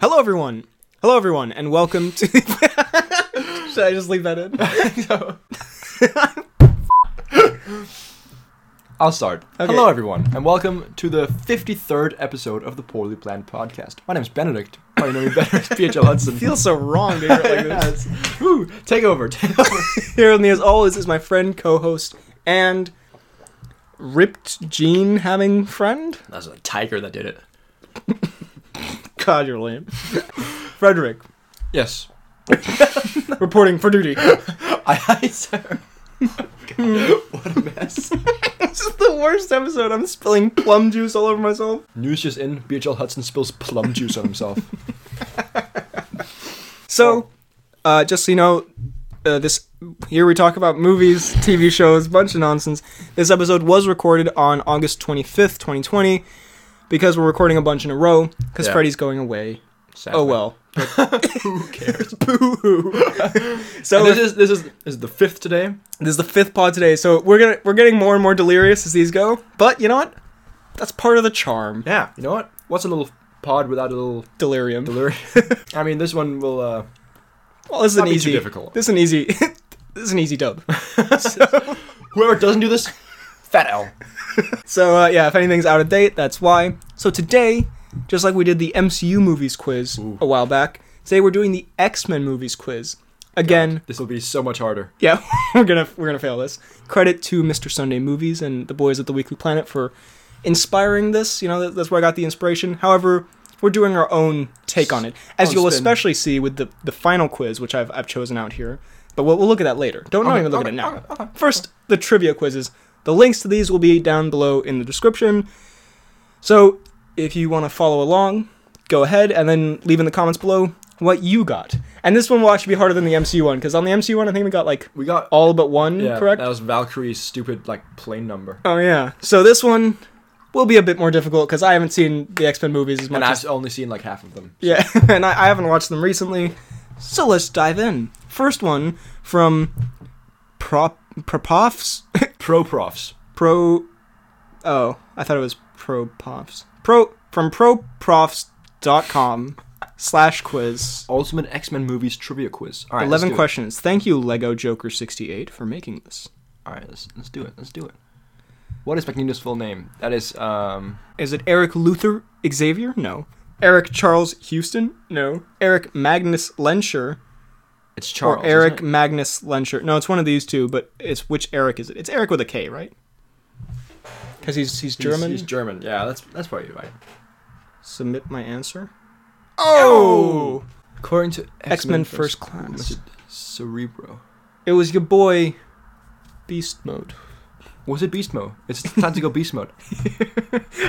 Hello, everyone. Hello, everyone, and welcome to. Should I just leave that in? I'll start. Okay. Hello, everyone, and welcome to the 53rd episode of the Poorly Planned Podcast. My name is Benedict. Or you know me better as PHL Hudson. feels so wrong to hear it like this. Yes. Woo, take over. Take over. Here with me, as always, is my friend, co-host, and ripped jean having friend. that was a tiger that did it. God, you're lame. Frederick, Yes. reporting for duty. I, I sir. what a mess. this is the worst episode. I'm spilling plum juice all over myself. News just in BHL Hudson spills plum juice on himself. So, uh, just so you know, uh, this here we talk about movies, TV shows, bunch of nonsense. This episode was recorded on August 25th, 2020, because we're recording a bunch in a row because Yeah. Freddy's going away. Sadly. Oh well. Who cares? So this, is, this, is, this is the fifth today. This is the fifth pod today, so we're gonna we're getting more and more delirious as these go. But you know what? That's part of the charm. Yeah. You know what? What's a little pod without a little Delirium. delirium? I mean, this one will. uh well, this is an Not be too easy. difficult. This is an easy. this is an easy dub. Whoever doesn't do this, fat L. So uh, yeah, if anything's out of date, that's why. So today, just like we did the MCU movies quiz a while back, today we're doing the X Men movies quiz. Again, This will be so much harder. yeah, we're gonna we're gonna fail this. Credit to Mr. Sunday Movies and the boys at the Weekly Planet for inspiring this. You know that, that's where I got the inspiration. However, we're doing our own take on it, as Own you'll spin. especially see with the the final quiz, which I've I've chosen out here. But we'll, we'll look at that later. Don't not Okay, even look at okay, it now. okay, okay. First, the trivia quizzes. The links to these will be down below in the description. So if you want to follow along, go ahead and then leave in the comments below what you got. And this one will actually be harder than the MCU one because on the MCU one I think we got like We got all but one, yeah, Mm, correct? That was Valkyrie's stupid like plane number, Oh yeah. So this one will be a bit more difficult because I haven't seen the X Men movies as much. and as, I've only seen like half of them. yeah, and I, I haven't watched them recently. So let's dive in. First one from Prop Propoffs Pro profs. Pro. Oh, I thought it was Propoffs. Pro from proprofs.com slash quiz. Ultimate X Men movies trivia quiz. All right, let's Eleven do it. questions. Thank you, Lego Joker sixty eight, for making this. All right, let's let's do it. Let's do it. What is Magneto's full name? That is um. Is it Eric Luther Xavier? No. Eric Charles Houston? No. Eric Magnus Lensher It's or Charles. isn't Eric it? Magnus Lensher? No, it's one of these two, but it's which Eric is it? It's Eric with a K, right? Because he's he's He's- German. He's, German. Yeah, that's that's probably right. Submit my answer. Oh! According to X-Men First Class. was it Cerebro. It was your boy, Beast Mode. Was it Beast Mode? It's time to go Beast Mode.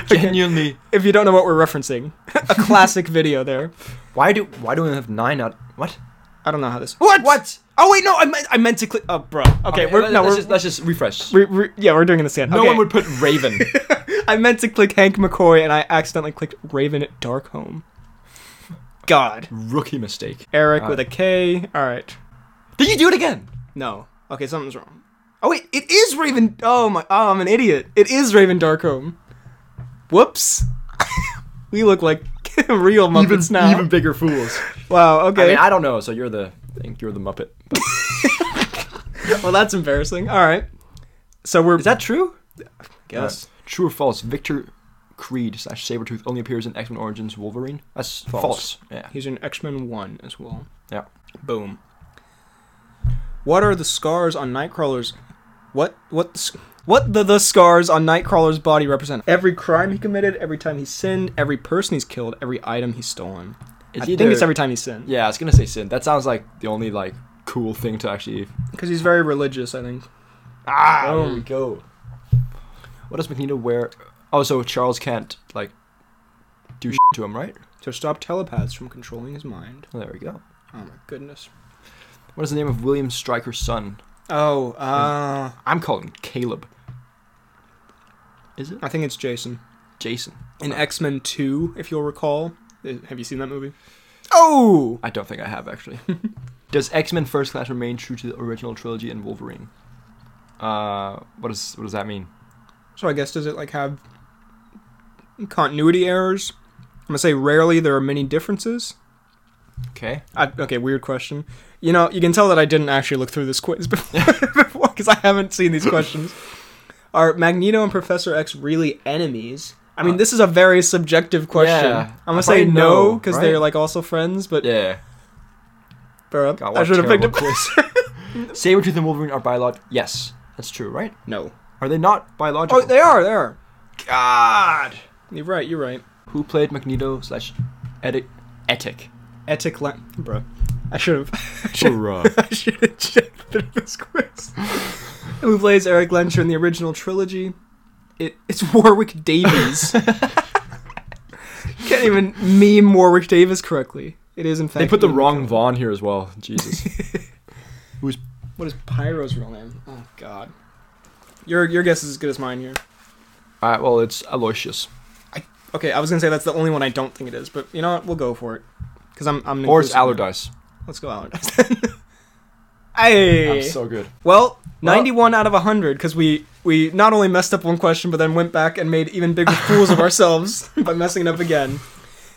Genuinely. If you don't know what we're referencing, a classic video there. Why do why do we have nine out? What? I don't know how this. What? What? Oh wait, no, I meant I meant to click. Oh, bro. Okay, Okay, we're let- no, let's we're, just let's just refresh. we're, we're- yeah, we're doing this again. No Okay. one would put Raven. I meant to click Hank McCoy and I accidentally clicked Raven at Darkholm. God. Rookie mistake. Eric Uh, with a K. All right. Did you do it again? No. Okay, something's wrong. Oh wait, it is Raven. Oh my. Oh, I'm an idiot. It is Raven Darkholm. Whoops. we look like real Muppets now. even bigger fools. Wow. I Okay. mean, I don't know. So you're the I think you're the Muppet. well, that's embarrassing. All right. So we're. Is that true? guess. Uh, true or false? Victor Creed slash Sabretooth only appears in X Men Origins Wolverine. That's false. Yeah. He's in X Men One as well. Yeah. Boom. What are the scars on Nightcrawler's? What what the sc- what the the scars on Nightcrawler's body represent? Every crime he committed, every time he sinned, every person he's killed, every item he's stolen. It's I think either- it's every time he's sinned Yeah, I was gonna say Sin. That sounds like the only like cool thing to actually. because he's very religious. I think. Ah, there we go. What does Magneto wear? Oh, so Charles can't like do shit to him, right? To stop telepaths from controlling his mind. Well, there we go. Oh my goodness. What is the name of William Stryker's son? Oh, uh, I'm calling Caleb. Is it I think it's Jason. Jason? In X Men Two, if you'll recall, Uh, have you seen that movie? Oh, I don't think I have actually. does X Men First Class remain true to the original trilogy and Wolverine? Uh, what does what does that mean? So I guess does it like have continuity errors? I'm gonna say rarely there are many differences. Okay. I, okay, weird question. You know, you can tell that I didn't actually look through this quiz before because I haven't seen these questions. Are Magneto and Professor X really enemies? I mean, Uh, this is a very subjective question. yeah. I'm gonna I say probably no know, because right? they're like also friends, but Yeah. Bruh, God, what I should have picked terrible a quiz. Sabretooth and Wolverine are biological. Yes, that's true, right? no. Are they not biological? Oh, they are. They are. God. You're right. You're right. Who played Magneto slash Etic? Etic. Etic la- bro. I should have. Bruh. I should have checked through this quiz. Who plays Eric Lencher in the original trilogy? It, it's Warwick Davies. Can't even meme Warwick Davis correctly. It is in fact. They put the Ian wrong McKellen. Vaughn here as well. Jesus. Who's What is Pyro's real name? Oh God. Your your guess is as good as mine here. uh, well? It's Aloysius, Okay, I was gonna say that's the only one I don't think it is, but you know what? We'll go for it. Because I'm I'm. an or it's inclusive man. Allardyce. Let's go Allardyce. hey. I'm so good. Well, Well- 91 out of 100 because we we not only messed up one question but then went back and made even bigger fools of ourselves by messing it up again.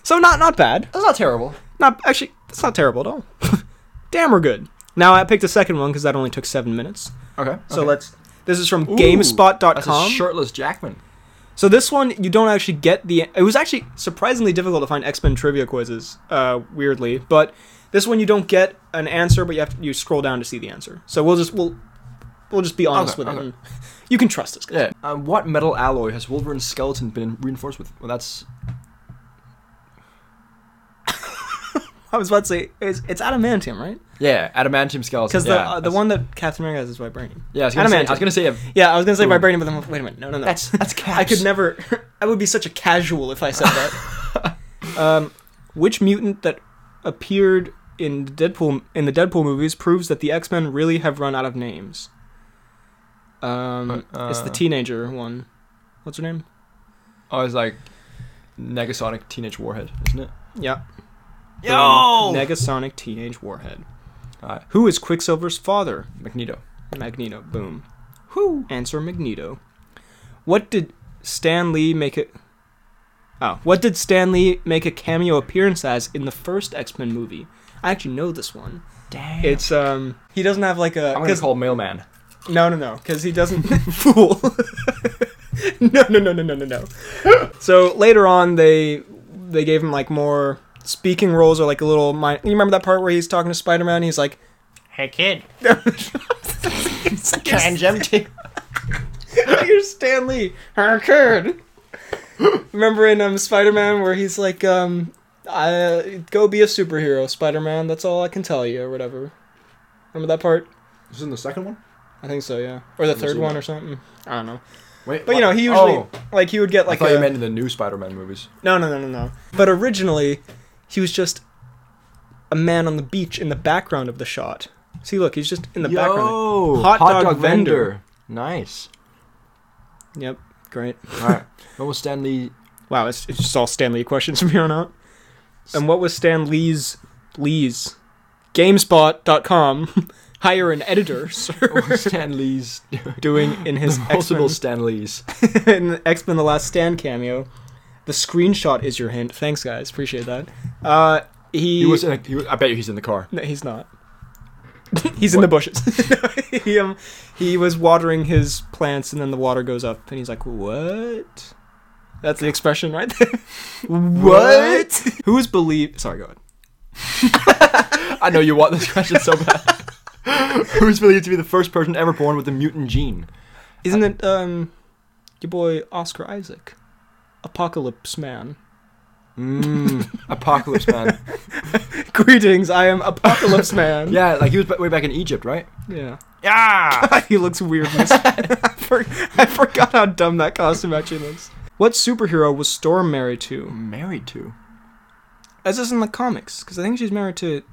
So not not bad. That's not terrible. Not actually that's not terrible at all. Damn, we're good. Now I picked a second one because that only took 7 minutes. Okay. So okay. let's This is from Ooh, That's a gamespot.com. shirtless Jackman. so this one you don't actually get the it was actually surprisingly difficult to find X-Men trivia quizzes uh weirdly, but this one you don't get an answer but you have to, you scroll down to see the answer. So we'll just we'll we'll just be honest Okay, with okay. it. and You can trust us. guys. Yeah. Um, what metal alloy has Wolverine's skeleton been reinforced with? Well, that's I was about to say it's, it's adamantium, right? yeah, adamantium skeleton. Because the yeah, uh, the that's- one that Captain America has is vibranium. Yeah, I was gonna say, I was adamantium. gonna say a, Yeah, I was gonna say Ooh. vibranium, but then I'm like, wait a minute, no, no, no. that's that's caps. I could never. I would be such a casual if I said that. um, which mutant that appeared in Deadpool in the Deadpool movies proves that the X Men really have run out of names? Um, Uh, it's the uh. teenager one. What's her name? Oh, it's like Negasonic Teenage Warhead, isn't it? Yeah, the Yo! Negasonic Teenage Warhead. Alright. Who is Quicksilver's father? Magneto. Magneto. Boom. Who? Answer Magneto. What did Stan Lee make it? Oh, what did Stan Lee make a cameo appearance as in the first X Men movie? I actually know this one. Damn. It's um, he doesn't have like a. I'm gonna 'cause- call mailman. no, no, no, because he doesn't fool. no, no, no, no, no, no, no. so later on, they they gave him like more speaking roles or like a little. mi- you remember that part where he's talking to Spider Man? He's like, Hey kid, it's like can's empty. You're Stan Lee. Her kid. Remember in um, Spider Man where he's like, um, I, go be a superhero, Spider Man. That's all I can tell you, or whatever. Remember that part? This is in the second one. I think so, yeah. Or the Never third seen one that. or something. I don't know. Wait, Oh, But you know, he usually like he would get I like thought a, you meant in the new Spider-Man movies. no, no, no, no, no. But originally, he was just a man on the beach in the background of the shot. See, look, he's just in the background. Hot hot, dog dog, vendor. vendor. Nice. Yep, great. All right. What was Stan Lee? Wow, it's, it's just all Stan Lee questions from here on out. And what was Stan Lee's Lee's GameSpot.com hire an editor, What sir, was Stan Lee's doing in his multiple X-Men, Stan Lees? in the X-Men: The Last Stand cameo. The screenshot is your hint. Thanks, guys. Appreciate that. Uh, he, He was. In a, he was I bet you he's in the car. no, he's not. he's in the bushes. he um, he was watering his plants, and then the water goes up, and he's like, "What?" That's the expression right there. what? Who is believed? Sorry, go ahead. I know you want this question so bad. Who's believed to be the first person ever born with a mutant gene? Isn't it um your boy Oscar Isaac? Apocalypse Man. Mm, apocalypse man. Greetings, I am Apocalypse Man. Yeah, like he was ba- way back in Egypt, right? Yeah. Yeah. he looks weird. in this. I, for- I forgot how dumb that costume actually looks. What superhero was Storm married to? Married to. As is in the comics, because I think she's married to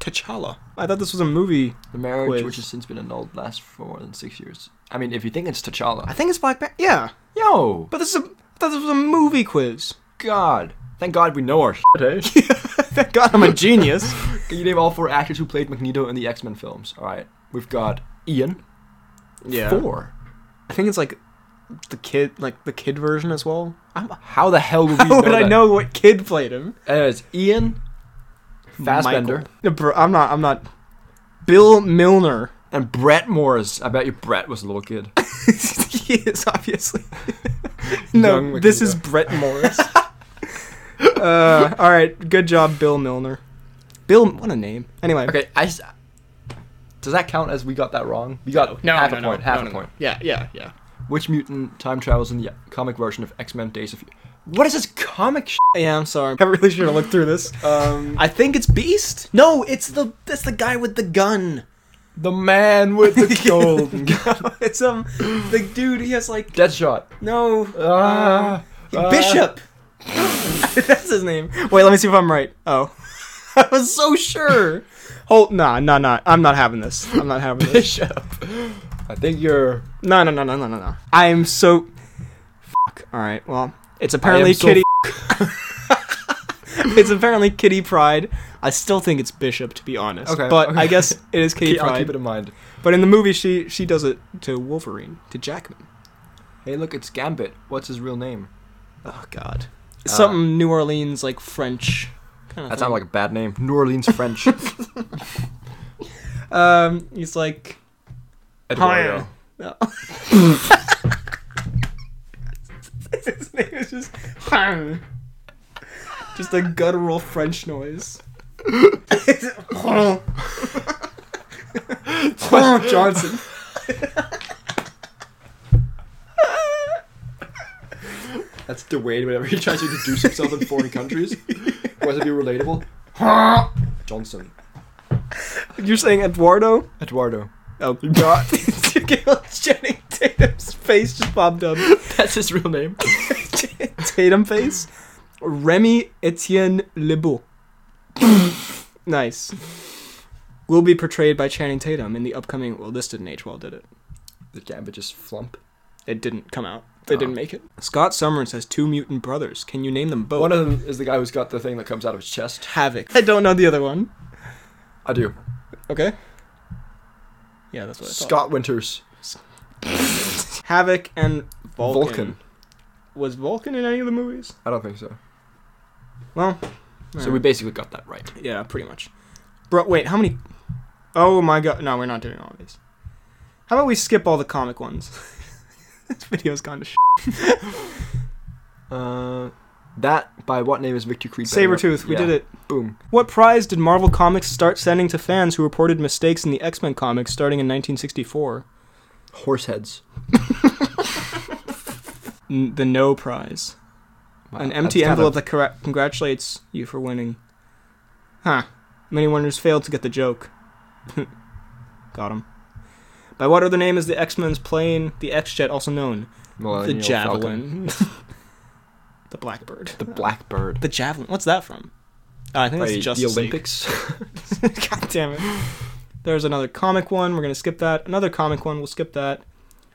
T'Challa. I thought this was a movie. The marriage, Quiz. which has since been annulled, lasts for more than six years. I mean, if you think it's T'Challa. I think it's Black Panther. Yeah, Yo, but this is a. I thought this was a movie quiz. God. Thank God we know our shit, eh? Thank God I'm a genius. Can you name all four actors who played Magneto in the X Men films? All right, we've got Ian. yeah. Four. I think it's like the kid, like the kid version as well. I'm, How the hell would we How know would I that? know what kid played him? Uh, it's Ian, Fassbender No, bro, I'm not. I'm not. Bill Milner. and Brett Morris. I bet you Brett was a little kid. he is obviously. no, Young this is Makuga. Brett Morris. uh, all right, good job, Bill Milner. Bill, what a name. Anyway, Okay, I. s- Does that count as we got that wrong? We got half a point. half a point. Yeah, yeah, yeah. Which mutant time travels in the comic version of X Men Days of Future? What is this comic? Sh- Yeah, I'm sorry. I really should have looked through this. um, I think it's Beast. No, it's the it's the guy with the gun. the man with the golden. gun. No, it's um the dude. He has like Deadshot. no uh, Ah, ah. Bishop. That's his name. Wait, let me see if I'm right. Oh, I was so sure. Hold, nah, nah, nah. I'm not having this. I'm not having this. Bishop. I think you're. No, no, no, no, no, no, no. I'm so. Fuck. All right. Well, it's apparently so Kitty. it's apparently Kitty Pride. I still think it's Bishop, to be honest. Okay, But okay. I guess it is Kitty Keep- I'll keep Pride. it in mind. But in the movie, she she does it to Wolverine, to Jackman. Hey, look, it's Gambit. What's his real name? Oh God. Uh, Something New Orleans like French. Kind That sounds like a bad name. New Orleans French. like. Um, he's like. Eduardo. No. His name is just just a guttural French noise. Johnson. That's Dwayne whenever he tries to introduce himself in foreign countries. Whether it be relatable. Johnson. You're saying Eduardo? Eduardo. Oh God! Channing Tatum's face just popped up. That's his real name. Tatum face. Remy Etienne Lebeau. nice. Will be portrayed by Channing Tatum in the upcoming. Well, this didn't age well, did it? The Gambit just flump. It didn't come out. They Oh. didn't make it. Scott Summers has two mutant brothers. Can you name them both? One of them is the guy who's got the thing that comes out of his chest. Havoc. I don't know the other one. I do. Okay. Yeah, that's what I thought. Scott Winters. Havoc and Vulcan. Vulcan. Was Vulcan in any of the movies? I don't think so. Well, So we basically got that right. Yeah, pretty much. Bro, wait, how many? Oh my god, no, we're not doing all these. How about we skip all the comic ones? this video's gone to sh- Uh, that by what name is Victor Creed? Sabretooth, we Yeah. did it. Boom. What prize did Marvel Comics start sending to fans who reported mistakes in the X Men comics starting in 1964? Horse heads. N- the No Prize. Wow, An that's empty kind envelope of- that cora- congratulates you for winning. Huh. Many wonders failed to get the joke. Got him. By what other name is the X Men's plane, the X Jet, also known? the Millennial Falcon. javelin, the blackbird, The blackbird. the javelin. What's that from? Oh, I think By it's just the Olympics. God damn it! There's another comic one. We're gonna skip that. Another comic one. We'll skip that.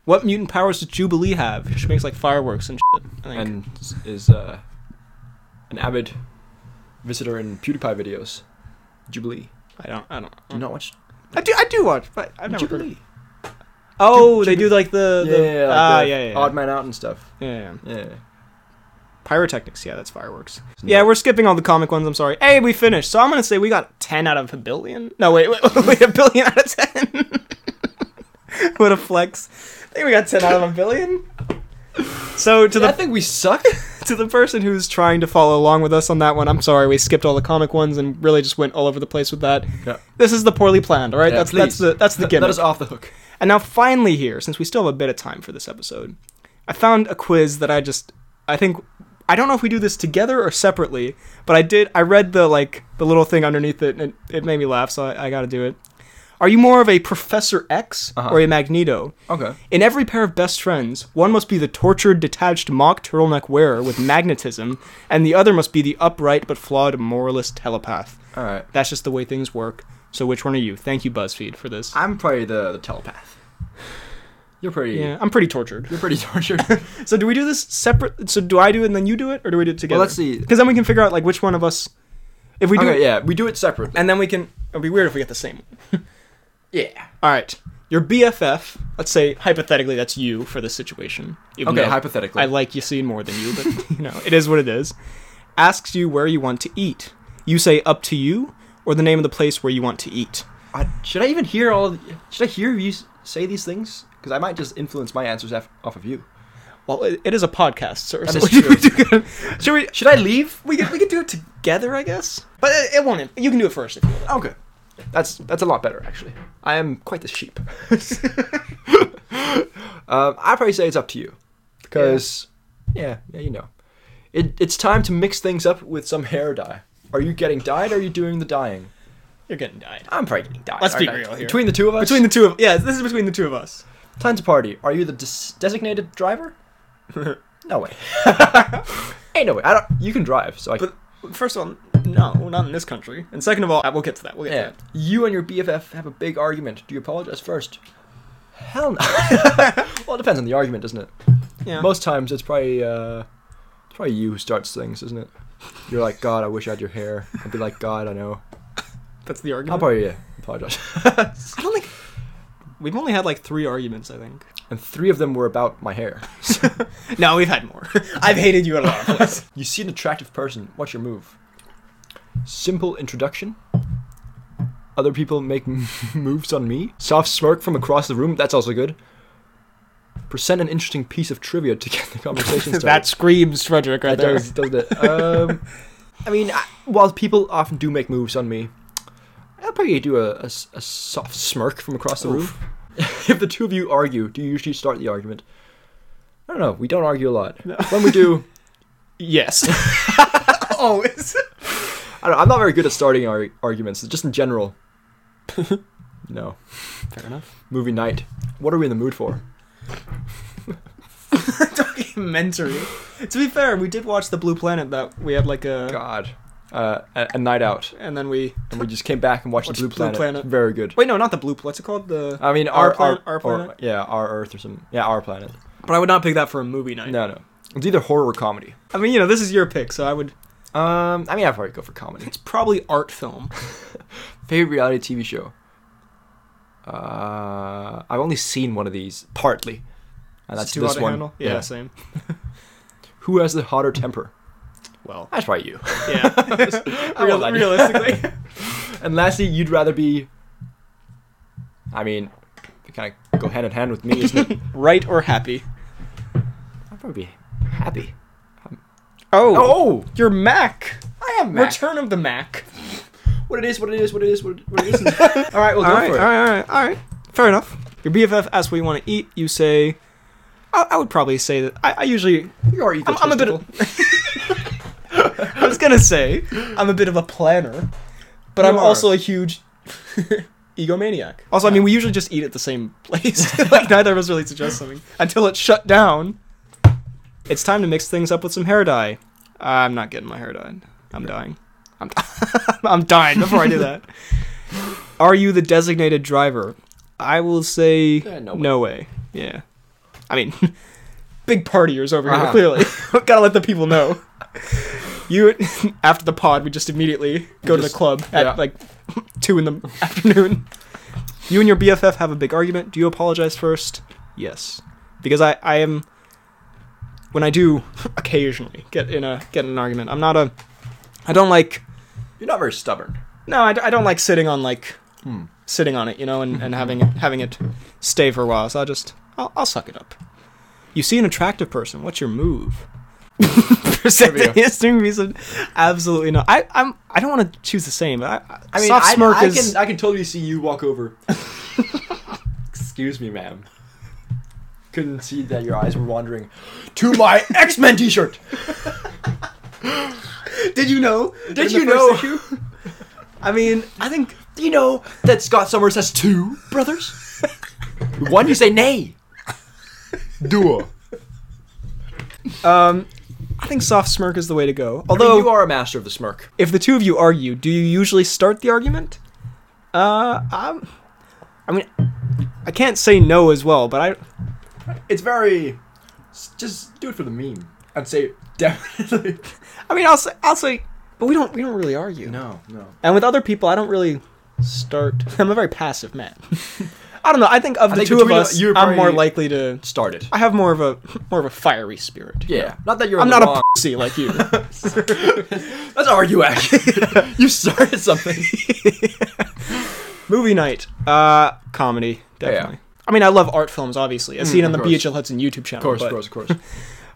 What mutant powers does Jubilee have? She makes like fireworks and shit. I think. and is uh, an avid visitor in PewDiePie videos. Jubilee. I don't. I don't. Do you not watch I do. I do watch, but I've never. Heard of Jubilee? it. Oh, Ju- they do like the. Yeah, the yeah, yeah, like ah, the yeah, yeah, yeah. Odd man out and stuff. yeah, yeah, yeah. Yeah. yeah. Pyrotechnics. Yeah, that's fireworks. Yeah, we're skipping all the comic ones. I'm sorry. Hey, we finished. So I'm gonna say we got ten out of a billion. No, wait, wait, wait a billion out of ten. what a flex! I think we got ten out of a billion. So to I the think we suck. to the person who's trying to follow along with us on that one, I'm sorry we skipped all the comic ones and really just went all over the place with that. Yeah. This is the poorly planned. All right, Yeah, that's that's please. the that's the Let- Let gimmick. us off the hook. And now finally here, since we still have a bit of time for this episode, I found a quiz that I just I think I don't know if we do this together or separately, but I did I read the like the little thing underneath it and it, it made me laugh, so I, I gotta do it. Are you more of a Professor X Uh-huh. or a Magneto? Okay. In every pair of best friends, one must be the tortured, detached mock turtleneck wearer with magnetism, and the other must be the upright but flawed moralist telepath. All right. That's just the way things work. So which one are you? Thank you, BuzzFeed, for this. I'm probably the, the telepath. You're pretty. yeah, I'm pretty tortured. You're pretty tortured. So do we do this separate? So do I do it and then you do it, or do we do it together? let's see. Because then we can figure out like which one of us, if we do okay. it, Yeah, we do it separately. and then we can. It'd be weird if we get the same. one. Yeah. All right, your BFF. Let's say hypothetically that's you for this situation. even Okay. though Hypothetically. I like you seen more than you, but you know it is what it is. Asks you where you want to eat. You say up to you, or the name of the place where you want to eat. I, should I even hear all? Should I hear you s- say these things? Because I might just influence my answers af- off of you. Well, it, it is a podcast, sir. That so is we- we true. do gotta- should we? Should I leave? We could, we could do it together, I guess. But it, it won't. im- You can do it first if you want. Okay, Oh, that's that's a lot better actually. I am quite the sheep. um, I probably say it's up to you, because yeah. yeah, you know, it, it's time to mix things up with some hair dye. Are you getting dyed? Or are you doing the dyeing? You're getting dyed. I'm probably getting dyed. Let's be aren't I? real here. Between the two of us, Between the two of yeah, this is between the two of us. time to party. Are you the des- designated driver? No way. Ain't no way. I don't. You can drive, so I. But first of all, no, not in this country. And second of all, we'll get to that. We'll get yeah. to You and your BFF have a big argument. Do you apologize first? Hell no. well, it depends on the argument, doesn't it? that. Yeah. Most times it's probably uh, it's probably you who starts things, isn't it? You're like, God, I wish I had your hair. I'd be like, God, I know. that's the I'll argument. probably yeah, apologize. I don't think we've only had like three arguments. I think. and three of them were about my hair. No, we've had more. I've hated you at a lot of places. You see an attractive person. What's your move? Simple introduction. Other people make moves on me. Soft smirk from across the room. That's also good. Present an interesting piece of trivia to get the conversation started. that screams Frederick right that there. does, doesn't it? Um, I mean, I, while people often do make moves on me, I'll probably do a, a s- a soft smirk from across the Oof. room. if the two of you argue, do you usually start the argument? I don't know. We don't argue a lot. When we do, Yes. Oh, Always. I don't know, I'm not very good at starting ar- arguments, just in general. no. Fair enough. Movie night. What are we in the mood for? Documentary. To be fair, we did watch the Blue Planet. That we had like a, God. Uh, a, a night out. and then we And we just came back and watched Watched the Blue Blue Planet. Planet. Very good. wait. No, not the Blue. What's it called? The. I mean, Our our, plan- our, our or- planet? yeah, our Earth or some. Yeah, our planet. but I would not pick that for a movie night. No, no. It's either horror or comedy. I mean, you know, this is your pick, so I would. Um, I mean, I'd probably go for comedy. It's probably art film. Favorite reality TV show? Uh, I've only seen one of these partly, and that's It's too this hard to one. handle. Yeah, same. Who has the hotter temper? Well, That's probably you. yeah. I won't lie to you. realistically, And lastly, you'd rather be. I mean, they kind of go hand in hand with me, isn't it? right or happy? I'd probably be happy. Oh, Oh, your Mac. I am Mac. Return of the Mac. What it is, what it is, what it is, what it, what it isn't. all right, well, All go right, for all it. right, all right, all right. Fair enough. Your BFF asks what you want to eat. You say, I, I would probably say that I, I usually, You are I'm, I'm a bit egotistical. of. I was gonna say I'm a bit of a planner, but You I'm are. also a huge egomaniac. Also, I mean, we usually just eat at the same place. like neither of us really suggest something until it's shut down. It's time to mix things up with some hair dye. I'm not getting my hair dyed. I'm dying. I'm, d- I'm dying before I do that. Are you the designated driver? I will say Yeah, no no, way. way. Yeah. I mean, big partiers over Uh-huh. here, clearly. Gotta let the people know. You, after the pod, we just immediately go to Just- the club at yeah. like 2 in the afternoon. You and your BFF have a big argument. Do you apologize first? Yes. Because I, I am. When I do occasionally get in a get in an argument, I'm not a. I don't like You're not very stubborn. no, I, d- I don't like sitting on like Hmm. sitting on it, you know, and, and having it having it stay for a while. So I'll just I'll, I'll suck it up. You see an attractive person. What's your move? Presenting Trivia. his new reason. Absolutely not. I I'm I don't want to choose the same. I, I, I mean, soft I, smirk I is can I can totally see you walk over. Excuse me, ma'am. Couldn't see that your eyes were wandering to my X Men T-shirt. Did you know? Did In you the know? first issue? I mean, I think Do you know that Scott Summers has two brothers? One you say nay. Duo. um I think soft smirk is the way to go. Although Although you are a master of the smirk. if the two of you argue, do you usually start the argument? Uh, I'm, I mean, I can't say no as well, but I It's very. Just do it for the meme. I'd say definitely. I mean, I'll say, I'll say, but we don't, we don't really argue. No, no. And with other people, I don't really start. I'm a very passive man. I don't know. I think of the think two of between us, you I'm were more probably- likely to. Start it. I have more of a more of a fiery spirit. Yeah. Not that you're. I'm in the not a wrong. pussy like you. That's how you act. you started something. Movie night, uh, comedy, definitely. I mean, I love art films, obviously. As seen on the Mm, of course. BHL Hudson YouTube channel. Of course, but, of course, of course.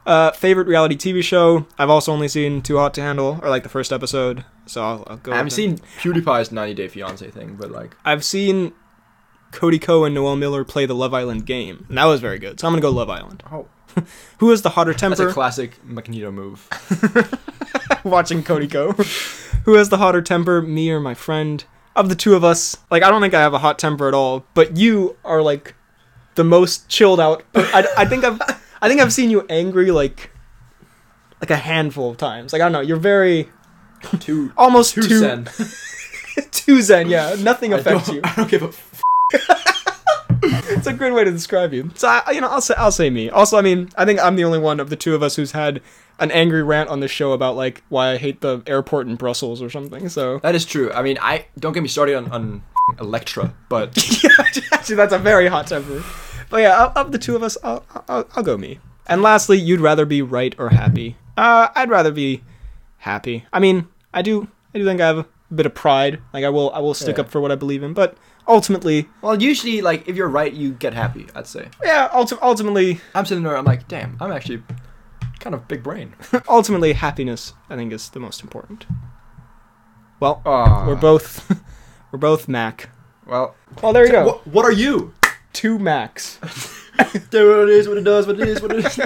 Uh, favorite reality TV show. I've also only seen Too Hot to Handle, or like the first episode. So I'll, I'll go. I haven't with that. seen PewDiePie's 90 Day Fiance thing, but like, I've seen Cody Co and Noel Miller play the Love Island game, and that was very good. So I'm gonna go Love Island. oh, Who is the hotter that's a temper? classic Magneto move. watching Cody Go. Who has the hotter temper, me or my friend? Of the two of us, like I don't think I have a hot temper at all, but you are like the most chilled out. I, I think I've I think I've seen you angry like like a handful of times. Like I don't know, you're very Two. almost Two too sen. too zen. Yeah, nothing I affects don't, you. I don't give a f- It's a good way to describe you. So I, you know, I'll say I'll say me. Also, I mean, I think I'm the only one of the two of us who's had an angry rant on this show about like why I hate the airport in Brussels or something. So That is true. I mean, I don't get me started on, on f- Electra, but yeah, actually, that's a very hot temper. But yeah, of, of the two of us, I'll, I'll, I'll go me. And lastly, you'd rather be right or happy? Uh, I'd rather be happy. I mean, I do, I do think I have a bit of pride. Like I will, I will stick Yeah. up for what I believe in. But ultimately, well, usually, like, if you're right, you get happy. I'd say. yeah, ulti- ultimately, I'm sitting there. I'm like, damn, I'm actually kind of big brain. ultimately, happiness I think is the most important. Well, Ah. we're both, we're both Mac. Well, Well, there you go. what, what are you? Two Macs. Do what it is, what it does, what it is, what it is.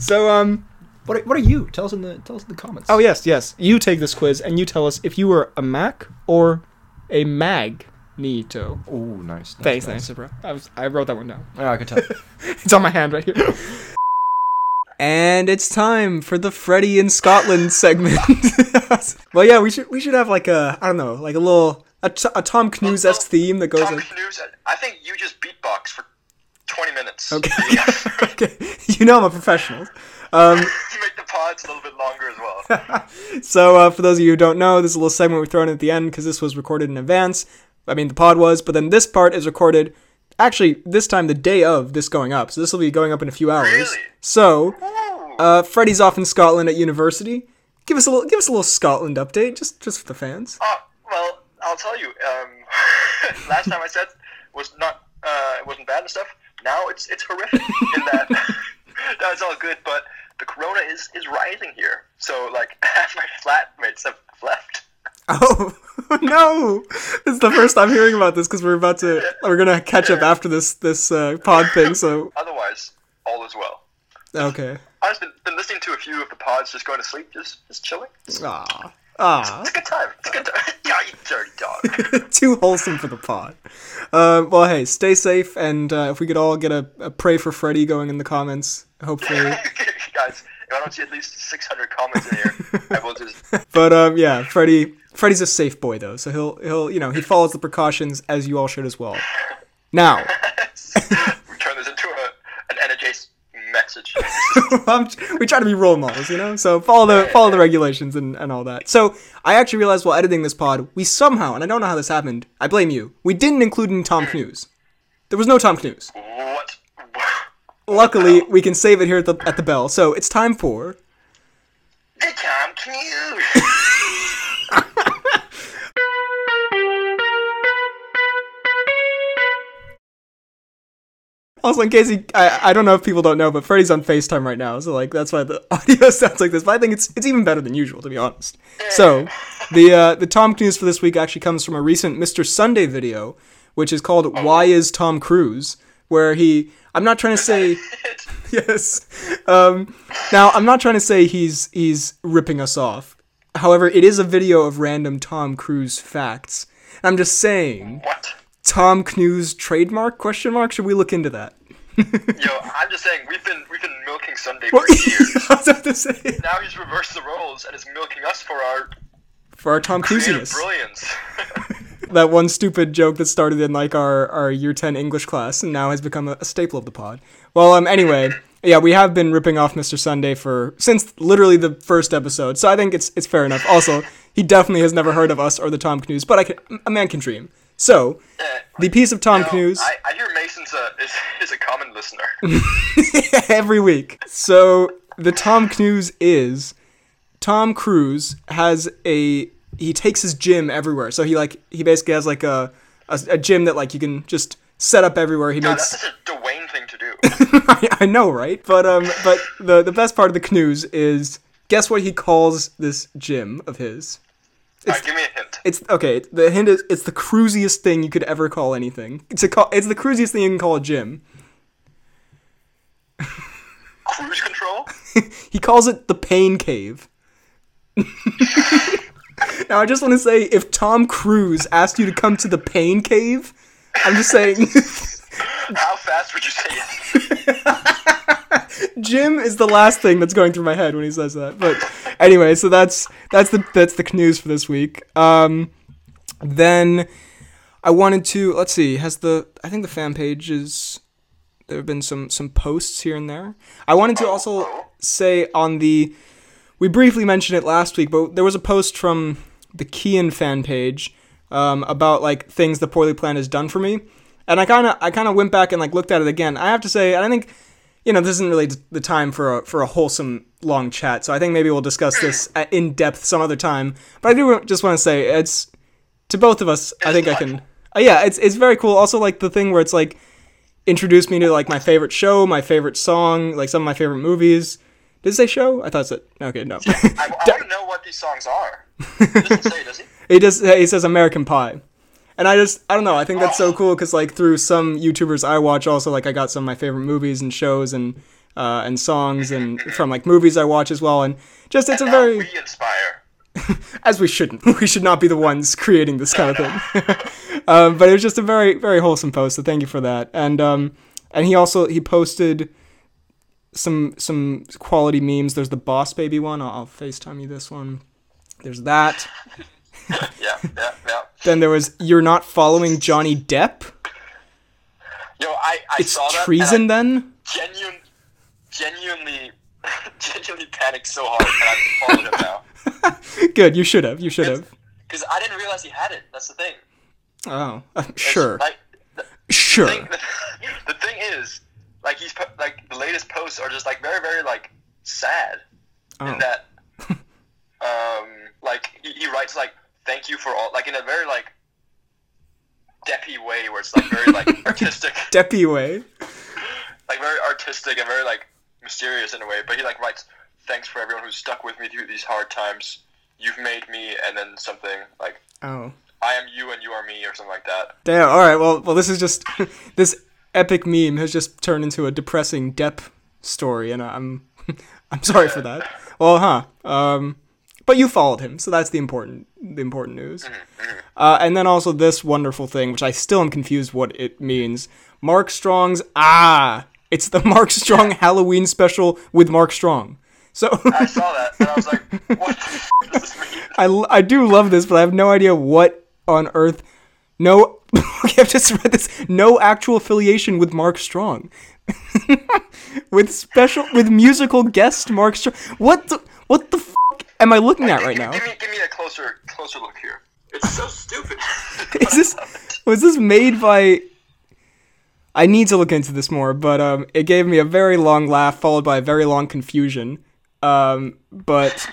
So um. what, are, what are you? Tell us in the tell us in the comments. Oh yes, yes. You take this quiz and you tell us if you were a Mac or a Magneto. Oh, nice. nice, Thanks, nice. thanks, bro. I, was, I wrote that one down. Yeah, I can tell. It's on my hand right here. and it's time for the Freddy in Scotland segment. well, yeah, we should we should have like a I don't know, like a little a, t- a Tom Cruise esque theme that goes Tom like, Cruise, I think you just beatbox for 20 minutes. Okay. Yeah, okay, you know I'm a professional. to make the pods a little bit longer as well. So, uh, for those of you who don't know, this is a little segment we throw in at the end because this was recorded in advance. I mean, the pod was, but then this part is recorded actually this time the day of this going up. So, this will be going up in a few hours. Really? So, Ooh. uh, Freddie's off in Scotland at university. Give us a little, give us a little Scotland update, just just for the fans. Uh, well, I'll tell you. Um, last time I said was not uh, it wasn't bad and stuff. Now it's it's horrific in that no, it's all good, but the corona is is rising here. So like half my flatmates have left. Oh no! It's the first time hearing about this because we're about to we're gonna catch up after this this uh, pod thing. So Otherwise, all is well. okay. I've just been, been listening to a few of the pods, just going to sleep, just just chilling. It's, Ah ah. it's a good time. It's a good time. yeah, you dirty dog. too wholesome for the pod. Uh, well, hey, stay safe, and uh, if we could all get a, a pray for Freddy going in the comments, hopefully. Guys, if I don't see at least 600 comments in here, I will just. but um, yeah, Freddy, Freddy's a safe boy though, so he'll he'll you know he follows the precautions as you all should as well. Now, we turn this into a, an NJ message. I'm, we try to be role models, you know. So follow the follow the regulations and, and all that. So I actually realized while editing this pod, we somehow, and I don't know how this happened. I blame you. We didn't include any Tom Cnews. There was no Tom Cnews. what? Luckily, we can save it here at the at the bell. So it's time for The Tom Cruise. Also, in case he, I, I don't know if people don't know, but Freddy's on FaceTime right now, so like that's why the audio sounds like this. But I think it's it's even better than usual, to be honest. So, the uh, the Tom news for this week actually comes from a recent Mr. Sunday video, which is called "Why Is Tom Cruise," where he I'm not trying to say yes. Um, now I'm not trying to say he's he's ripping us off. However, it is a video of random Tom Cruise facts. And I'm just saying, what? Tom Cruise trademark question mark? Should we look into that? Yo, I'm just saying we've been we've been milking Sunday for years. I was about to say. Now he's reversed the roles and is milking us for our For our Tom creative Cruisiness. brilliance. Eh, That one stupid joke that started in like our, our year 10 English class and now has become a, a staple of the pod. Well, um, anyway, yeah, we have been ripping off Mr. Sunday for since literally the first episode, so I think it's it's fair enough. Also, he definitely has never heard of us or the Tom Cruise, but I can, a man can dream. So, Uh, the piece of Tom no, Canoes I, I hear Mason's a is, is a common listener. every week. So, the Tom Canoes is Tom Cruise has a he takes his gym everywhere. So he like he basically has like a a, a gym that like you can just set up everywhere. He No, makes that's just a Dwayne thing to do. I, I know, right? But um, but the the best part of the canoes is guess what he calls this gym of his. All right, give me a hint. It's okay. The hint is it's the cruisiest thing you could ever call anything. It's a call, it's the cruisiest thing you can call a gym. Cruise control. He calls it the pain cave. now I just want to say if Tom Cruise asked you to come to the pain cave, I'm just saying How fast would you say yes? Jim is the last thing that's going through my head when he says that. But anyway, so that's that's the that's the news for this week. Um, then I wanted to let's see. Has the I think the fan page is there have been some some posts here and there. I wanted to also say on the we briefly mentioned it last week, but there was a post from the Kian fan page um, about like things the poorly planned has done for me, and I kind of I kind of went back and like looked at it again. I have to say, I think you know this isn't really the time for a, for a wholesome long chat, so I think maybe we'll discuss this uh, in depth some other time. But I do just want to say it's to both of us. I think I can. Uh, yeah, it's it's very cool. Also, like the thing where it's like introduced me to like my favorite show, my favorite song, like some of my favorite movies. Did it say show? I thought it said okay. No, I, I want to know what these songs are. He doesn't say, does he? it just it says American Pie, and I just I don't know. I think that's so cool because like through some YouTubers I watch, also like I got some of my favorite movies and shows and uh, and songs and from like movies I watch as well. And just it's a Now very we inspire. as we shouldn't. We should not be the ones creating this kind of thing. um, but it was just a very very wholesome post, so thank you for that. And um, and he also he posted some some quality memes. There's the Boss Baby one. I'll, I'll Facetime you this one. There's that. Yeah, yeah, yeah. Then there was you're not following Johnny Depp. Yo, I, I It's saw that. treason And then. I genuine, genuinely, genuinely panicked so hard, and I followed him now Good, you should have. You should have. because I didn't realize he had it. That's the thing. Oh, sure, Like, the, sure. the thing is, like he's po- like the latest posts are just like very, very like sad Oh. in that, um, like he, he writes like thank you for all like in a very like deppy way where it's like very like artistic, Deppy way. like very artistic and very like mysterious in a way. But he like writes thanks for everyone who's stuck with me through these hard times. You've made me, and then something like Oh. I am you and you are me or something like that. Damn. All right. Well, well, this is just this epic meme has just turned into a depressing Depp story, and I'm I'm sorry for that. Well, huh. Um, but you followed him, so that's the important the important news. Uh, and then also this wonderful thing, which I still am confused what it means. Mark Strong's ah, it's the Mark Strong Halloween special with Mark Strong. So I saw that and I was like, what the f- does this mean? I, l- I do love this, but I have no idea what on earth. No, okay, I've just read this. No actual affiliation with Mark Strong, with special with musical guest Mark Strong. What the what the f- am I looking at right now? Give me, give me a closer, closer look here. It's so stupid. Is this was this made by? I need to look into this more, but um, it gave me a very long laugh followed by a very long confusion. Um, but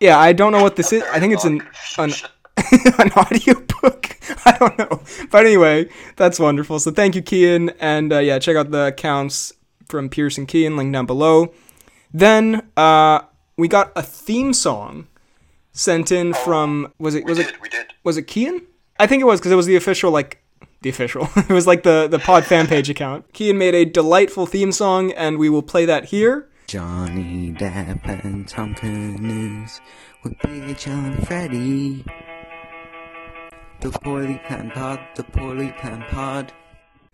yeah, I don't know what this is. I think it's an an, an audiobook. I don't know. But anyway, that's wonderful. So thank you, Kian, and uh, yeah, check out the accounts from Pearson Kian, link down below. Then uh, we got a theme song sent in from was it we was it did, we did. was it Kian? I think it was because it was the official like the official. it was like the the pod fan page account. Kian made a delightful theme song, and we will play that here. Johnny Depp and Tom Cruise with Big John Freddy. The poorly planned pod, the poorly planned pod.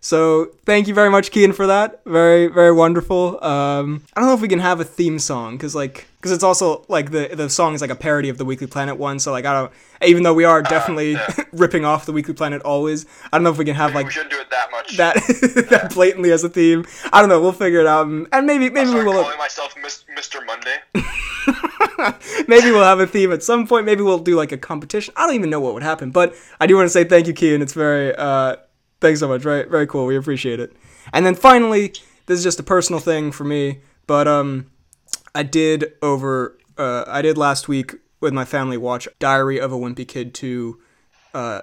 So thank you very much, Keaton, for that. Very, very wonderful. Um, I don't know if we can have a theme song because, like, because it's also like the the song is like a parody of the Weekly Planet one. So like, I don't. Even though we are definitely ripping off the Weekly Planet always, I don't know if we can have like we shouldn't do it that much. that that blatantly as a theme. I don't know. We'll figure it out, and maybe maybe we Sorry, will. calling myself Mis- Mr. Monday. maybe we'll have a theme at some point. Maybe we'll do like a competition. I don't even know what would happen, but I do want to say thank you, Kean. It's very uh, thanks so much. Very very cool. We appreciate it. And then finally, this is just a personal thing for me, but um, I did over uh, I did last week with my family watch Diary of a Wimpy Kid two. Uh,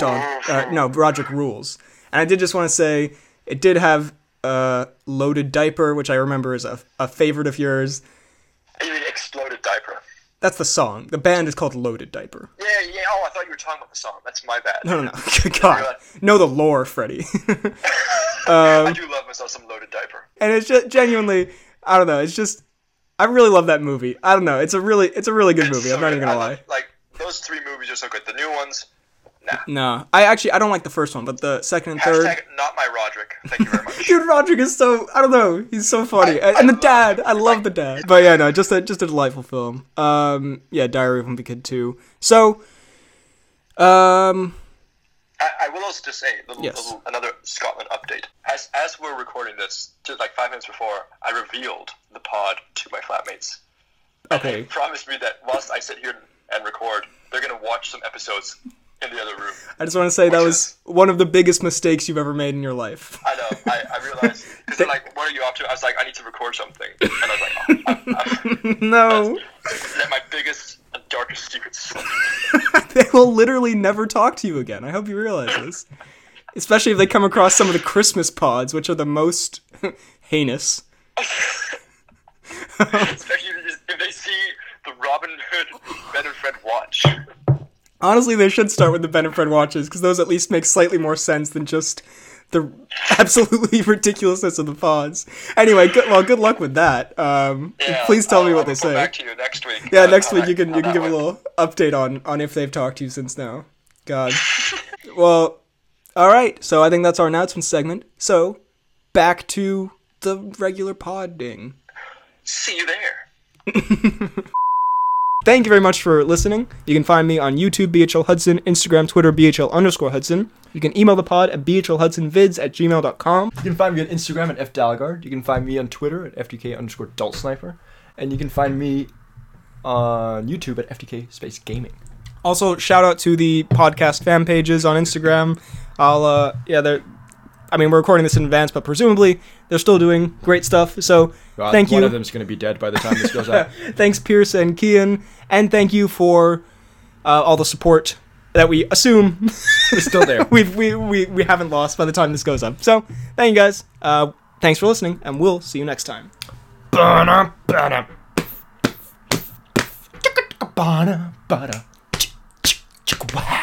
Don, uh, no, Roderick rules. And I did just want to say it did have uh, loaded diaper, which I remember is a, a favorite of yours. You mean exploded diaper? That's the song. The band is called Loaded Diaper. Yeah, yeah. Oh, I thought you were talking about the song. That's my bad. No, no, no. God. Know the lore, Freddie. I do love myself some loaded diaper. and it's just genuinely, I don't know. It's just, I really love that movie. I don't know. It's a really, it's a really good movie. So I'm not even good. gonna I lie. love- Like those three movies are so good. The new ones, No, I actually, I don't like the first one, but the second and third. hashtag not my Roderick. Thank you very much. Dude, Roderick is so I don't know. He's so funny, I- and, and the I love dad. I love the dad. But yeah, no, just a just a delightful film. Um, yeah, Diary of a Wimpy Kid too. So, um, I, I will also just say a little, Yes. little- another Scotland update. As as we're recording this, just like five minutes before, I revealed the pod to my flatmates. okay, Promise me that whilst I sit here and record, they're gonna watch some episodes in the other room. I just want to say that What's was one of the biggest mistakes you've ever made in your life. I know. I, I realized because they're like, "What are you up to?" I was like, "I need to record something," and I was like, oh, I'm, I'm, No, "That my biggest and darkest secrets." they will literally never talk to you again. I hope you realize this, especially if they come across some of the Christmas pods, which are the most heinous. Especially if if they see the Robin Hood Ben and Fred watch. Honestly, they should start with the Ben and Fred watches because those at least make slightly more sense than just the absolutely ridiculousness of the pods. Anyway, good, well, good luck with that. Um, Yeah, please tell I'll- me I'll what they report say. Back to you next week. yeah, Uh, next how week that- you can how you can that give a went. little update on on if they've talked to you since now. God. well, all right. So I think that's our announcement segment. So back to the regular pod ding. See you there. Thank you very much for listening. You can find me on YouTube, BHL Hudson, Instagram, Twitter, BHL underscore Hudson. You can email the pod at BHLHudsonVids at gmail.com. You can find me on Instagram at fdalgard. You can find me on Twitter at fdk underscore adult sniper, and you can find me on YouTube at fdk space gaming. Also, shout out to the podcast fan pages on Instagram. I'll, uh, yeah, they're, I mean, we're recording this in advance, but presumably they're still doing great stuff. So God, thank One of you. them's gonna be dead by the time this goes out. Thanks, Pierce and Kian. And thank you for uh, all the support that we assume It's still there. we've, we, we, we haven't lost by the time this goes up. So, thank you guys. Uh, thanks for listening, and we'll see you next time. Ba-da, ba-da. Chicka-chicka, ba-da, ba-da. Chick, chick, chick, wow.